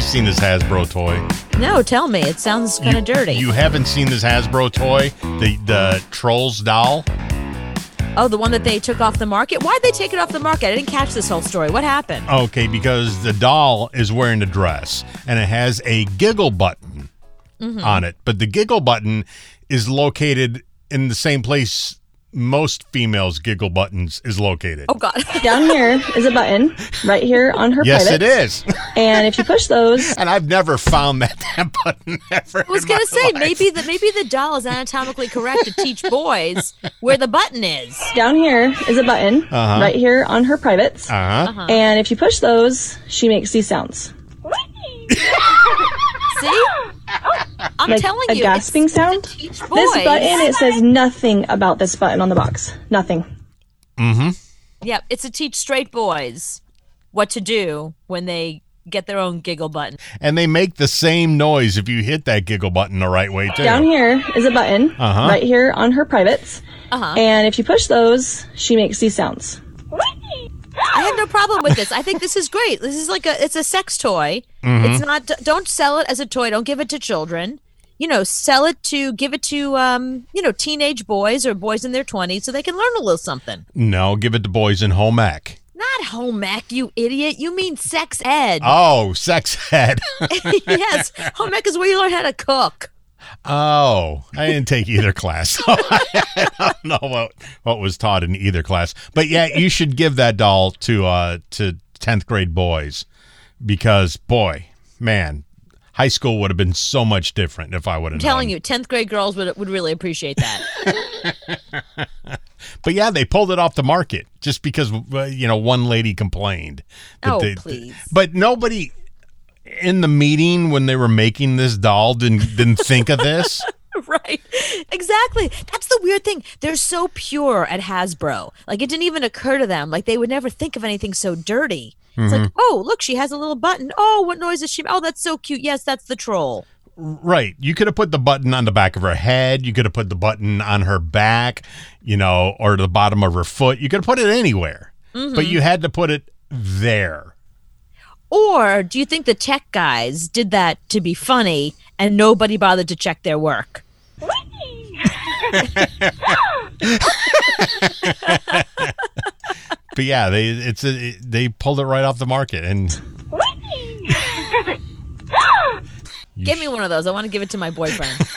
seen this Hasbro toy. No, tell me. It sounds kind You- of dirty. You haven't seen this Hasbro toy, the the Trolls doll. oh, the one that they took off the market? Why'd they take it off the market? I didn't catch this whole story. What happened? Okay, because the doll is wearing a dress and it has a giggle button Mm-hmm. on it, but the giggle button is located in the same place most females' giggle buttons is located. Oh, God. Down here is a button right here on her yes, private. it is. And if you push those, and I've never found that, that button ever. I was in gonna my say life. maybe the maybe the doll is anatomically correct to teach boys where the button is. down here is a button right here on her privates. Uh-huh. And if you push those, she makes these sounds. See, I'm telling a you, gasping it's sound. teach This boys. button, it says nothing about this button on the box. Nothing. Yep, it's to teach straight boys what to do when they get their own giggle button. And they make the same noise if you hit that giggle button the right way too. Down here is a button Uh-huh. right here on her privates. Uh-huh. And if you push those, she makes these sounds. I have no problem with this. I think this is great. This is like a it's a sex toy. It's not. Don't sell it as a toy. Don't give it to children. You know, sell it to give it to um, you know teenage boys or boys in their twenties so they can learn a little something. No, give it to boys in home ec. Not home ec, you idiot. You mean sex ed. Oh, sex head. yes. Home ec is where you learn how to cook. Oh, I didn't take either class. So I don't know what, what was taught in either class. But yeah, you should give that doll to uh to 10th grade boys because boy, man, high school would have been so much different if I would have I'm telling you, 10th grade girls would, would really appreciate that. But yeah, they pulled it off the market just because uh, you know one lady complained. that Oh, they- please. But nobody in the meeting when they were making this doll didn't didn't think of this. right. Exactly. That's the weird thing. They're so pure at Hasbro. Like, it didn't even occur to them. Like, they would never think of anything so dirty. It's like, oh, look, she has a little button. Oh, what noise is she? Oh, that's so cute. Yes, that's the troll. Right. You could have put the button on the back of her head. You could have put the button on her back, you know, or the bottom of her foot. You could have put it anywhere, but you had to put it there. Or do you think the tech guys did that to be funny and nobody bothered to check their work? But yeah, they it's a, it- they pulled it right off the market and. Give me one of those. I want to give it to my boyfriend.